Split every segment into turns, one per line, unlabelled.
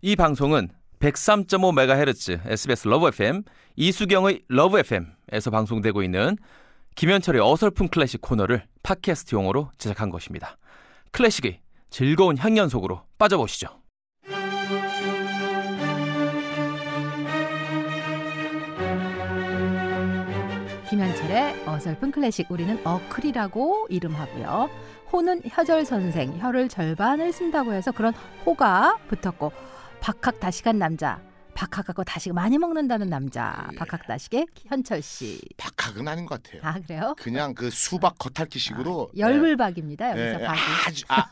이 방송은 103.5MHz SBS 러브 FM 이수경의 러브 FM에서 방송되고 있는 김현철의 어설픈 클래식 코너를 팟캐스트용으로 제작한 것입니다. 클래식의 즐거운 향연 속으로 빠져보시죠.
김현철의 어설픈 클래식 우리는 어클이라고 이름하고요. 호는 혀절 선생, 혀를 절반을 쓴다고 해서 그런 호가 붙었고 박학 다식한 남자, 박학하고 다식 많이 먹는다는 남자,
예.
박학 다식의 현철 씨.
박학은 아닌 것 같아요.
아 그래요?
그냥 그 수박 겉핥기식으로
열불박입니다
네. 예,
여기서
예,
박이.
아주 아,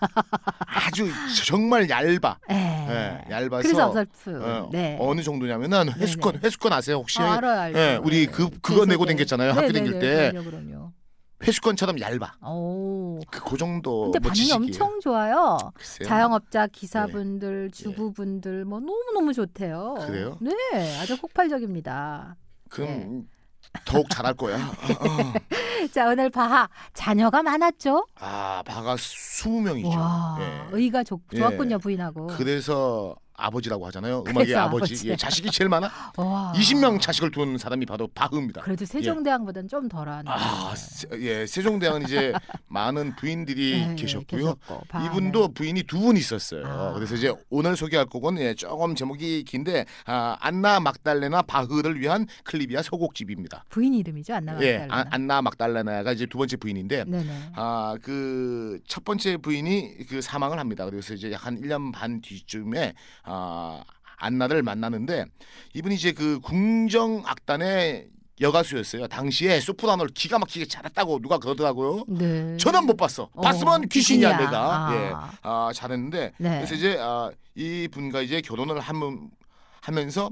아주 정말 얇아.
예.
예, 얇아서
그래서 어설픈.
어,
네.
어느 정도냐면은 회수권 회수권 아세요 혹시?
아, 알아요, 알죠.
예, 우리 그 그거
제
내고
세계.
댕겼잖아요 학교
네네네,
댕길 때
그럼요, 그럼요.
회수권처럼 얇아.
오.
그, 그 정도
근데
뭐
반응이
지식이에요.
엄청 좋아요.
글쎄요. 네.
자영업자 기사분들, 주부분들 뭐 너무 너무 좋대요.
예. 그래요?
네, 아주 폭발적입니다. 네.
그럼 더욱 잘할 거야. 어, 어.
자 오늘 바하 자녀가 많았죠.
아 바가 20명이죠. 예.
와 의가 좋, 좋았군요 부인하고.
그래서 아버지라고 하잖아요. 음악의
그래서
아버지.
아버지.
예, 자식이 제일 많아.
와.
20명 자식을 둔 사람이 바로 바흐입니다.
그래도 세종대왕보다는 좀 덜한.
아, 세- 예, 세종대왕은 이제 많은 부인들이
네,
예, 계셨고요.
계셨고, 바하는. 네.
이분도 부인이 두 분 있었어요.
아.
그래서 이제 오늘 소개할 곡은 예, 조금 제목이 긴데 아, 안나 막달레나 바흐를 위한 클리비아 소곡집입니다.
부인 이름이죠 안나
예, 아,
막달레나.
안나 막달레나가 이제 두 번째 부인인데
네네.
아, 그 첫 번째 부인이 그 사망을 합니다. 그래서 이제 약 한 1년 반 뒤쯤에 아, 안나를 만나는데 이분이 이제 그 궁정 악단의 여가수였어요. 당시에 소프라노를 기가 막히게 잘했다고 누가 그러더라고요.
네.
저는 못 봤어.
어,
봤으면 귀신이야,
귀신이야.
내가.
아.
예. 아, 잘했는데
네.
그래서 이제 아, 이 분과 이제 결혼을 하면 하면서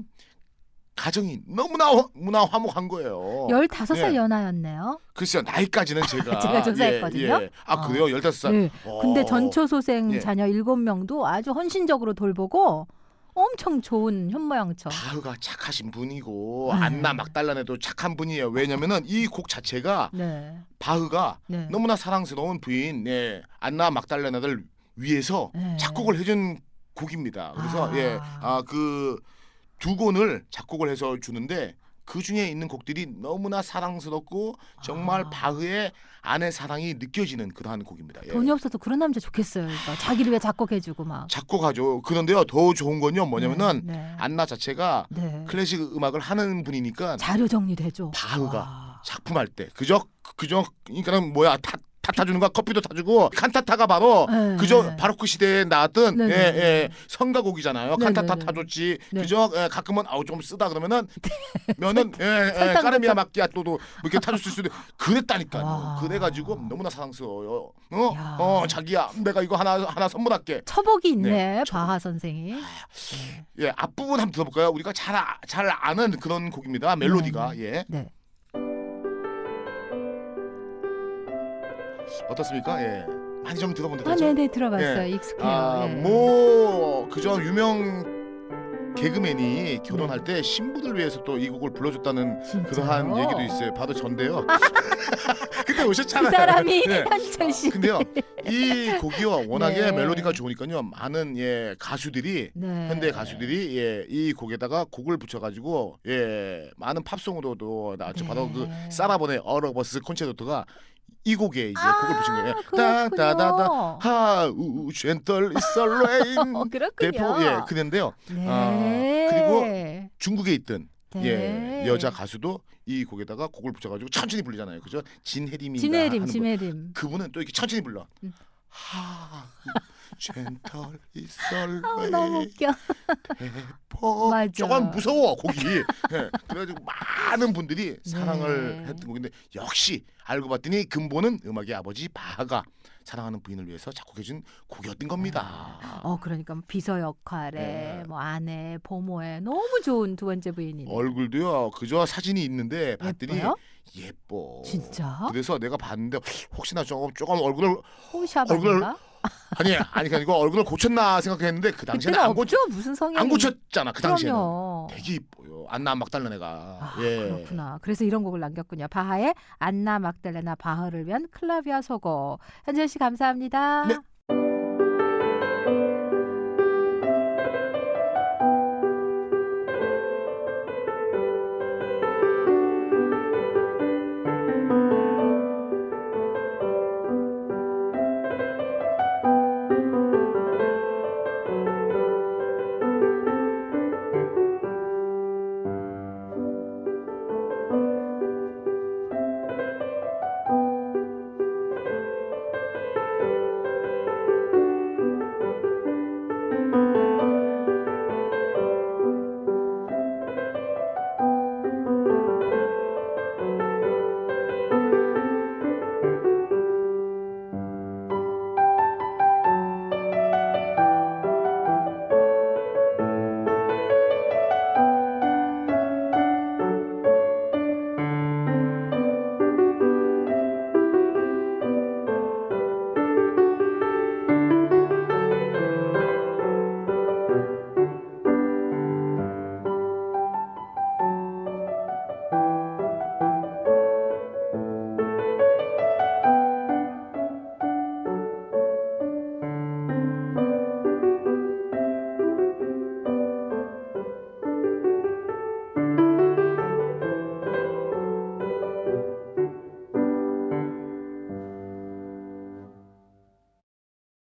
가정이 너무나 화- 무나 화목한 거예요.
15살
예.
연하였네요.
글쎄요 나이까지는 제가
제가 조사했거든요.
예, 예. 아 그래요 열다섯 살.
네.
어.
근데 전초소생
예.
자녀 7명도 아주 헌신적으로 돌보고 엄청 좋은 현모양처.
바흐가 착하신 분이고
네.
안나 막달란에도 착한 분이에요. 왜냐면은 이 곡 자체가
네.
바흐가
네.
너무나 사랑스러운 부인 예, 안나 막달란을 위해서
네.
작곡을 해준 곡입니다. 그래서
아.
예, 아그 두 권을 작곡을 해서 주는데 그 중에 있는 곡들이 너무나 사랑스럽고 정말
아.
바흐의 아내 사랑이 느껴지는 그러한 곡입니다. 예.
돈이 없어서 그런 남자 좋겠어요. 그러니까. 자기를 왜 작곡해주고 막.
작곡하죠. 그런데요 더 좋은 건요 뭐냐면은
네, 네.
안나 자체가
네.
클래식 음악을 하는 분이니까
자료 정리되죠.
바흐가
와.
작품할 때 그저 그저 그러니까는 뭐야 다, 다 타주는 거야 커피도 타주고 칸타타가 바로
네.
그저 바로크 시대에 나왔던
네,
예,
네, 네.
예, 성가곡이잖아요.
네,
칸타타
네, 네.
타줬지.
네.
그저 예, 가끔은 아우 좀 쓰다 그러면은 면은 예, 예,
설탕
까르미아
좀-
마끼아또도 뭐 이렇게 타줬을 수도
와.
그랬다니까요. 그래가지고 너무나 사랑스러워요. 어,
야.
어 자기야 내가 이거 하나 하나 선물할게.
처복이 있네
네, 아,
바하 선생이.
예 앞부분 한번 들어볼까요? 우리가 잘 아- 잘 아는 그런 곡입니다. 멜로디가 예
네.
어떻습니까? 예 많이 좀 들어본 듯하죠.
아 네네 들어봤어요. 익숙해요.
아,
예.
뭐 그저 유명 개그맨이 결혼할 때 신부들 위해서 또 이 곡을 불러줬다는
네. 진짜요? 아.
그러한 얘기도 있어요. 바로 전데요. 그때
그
오셨잖아요.
사람이
네.
현철 씨.
근데요, 이 곡이요 워낙에
네.
멜로디가 좋으니까요 많은 예 가수들이
네.
현대 가수들이 예, 이 곡에다가 곡을 붙여가지고 예 많은 팝송으로도 나왔죠.
네.
바로 그 사라본의 어러버스 콘체르토가 이 곡에 이제
아,
곡을 붙인 거예요.
그렇군요.
하우 젠털
어,
이설레인
그렇군요.
대포 예 그랬는데요.
네.
아, 그리고 중국에 있던
네.
예 여자 가수도 이 곡에다가 곡을 붙여가지고 천천히 불리잖아요. 그죠? 진해림인가
진해림,
하는 분.
진해림.
그분은 또 이렇게 천천히 불러.
음.
하 젠털 이설레인
아우 너무
네.
웃겨.
포
맞아.
조금 무서워 곡이 예, 그래가지고 많은 분들이 사랑을
네.
했던 곡인데 역시 알고 봤더니 근본은 음악의 아버지 바하가 사랑하는 부인을 위해서 작곡해준 곡이었던 겁니다.
어 그러니까 비서 역할에
네.
뭐 아내, 보모에 너무 좋은 두 번째 부인이.
얼굴도요 그저 사진이 있는데 봤더니 어,
예뻐요?
예뻐.
진짜?
그래서 내가 봤는데 혹시나 조금 조금 얼굴을
호샵
얼굴을-
아닌가?
아니 아니 그니고 얼굴을 고쳤나 생각했는데 그 당시에는
그때는
안, 고쳐
없죠. 무슨 성향이?
안 고쳤잖아 그 당시에는
그럼요.
되게 이뻐요 안나 막달라 내가 예.
아, 그렇구나. 그래서 이런 곡을 남겼군요. 바하의 안나 막달레나 바흐를 위한 클라비아 소곡. 현철 씨 감사합니다.
네,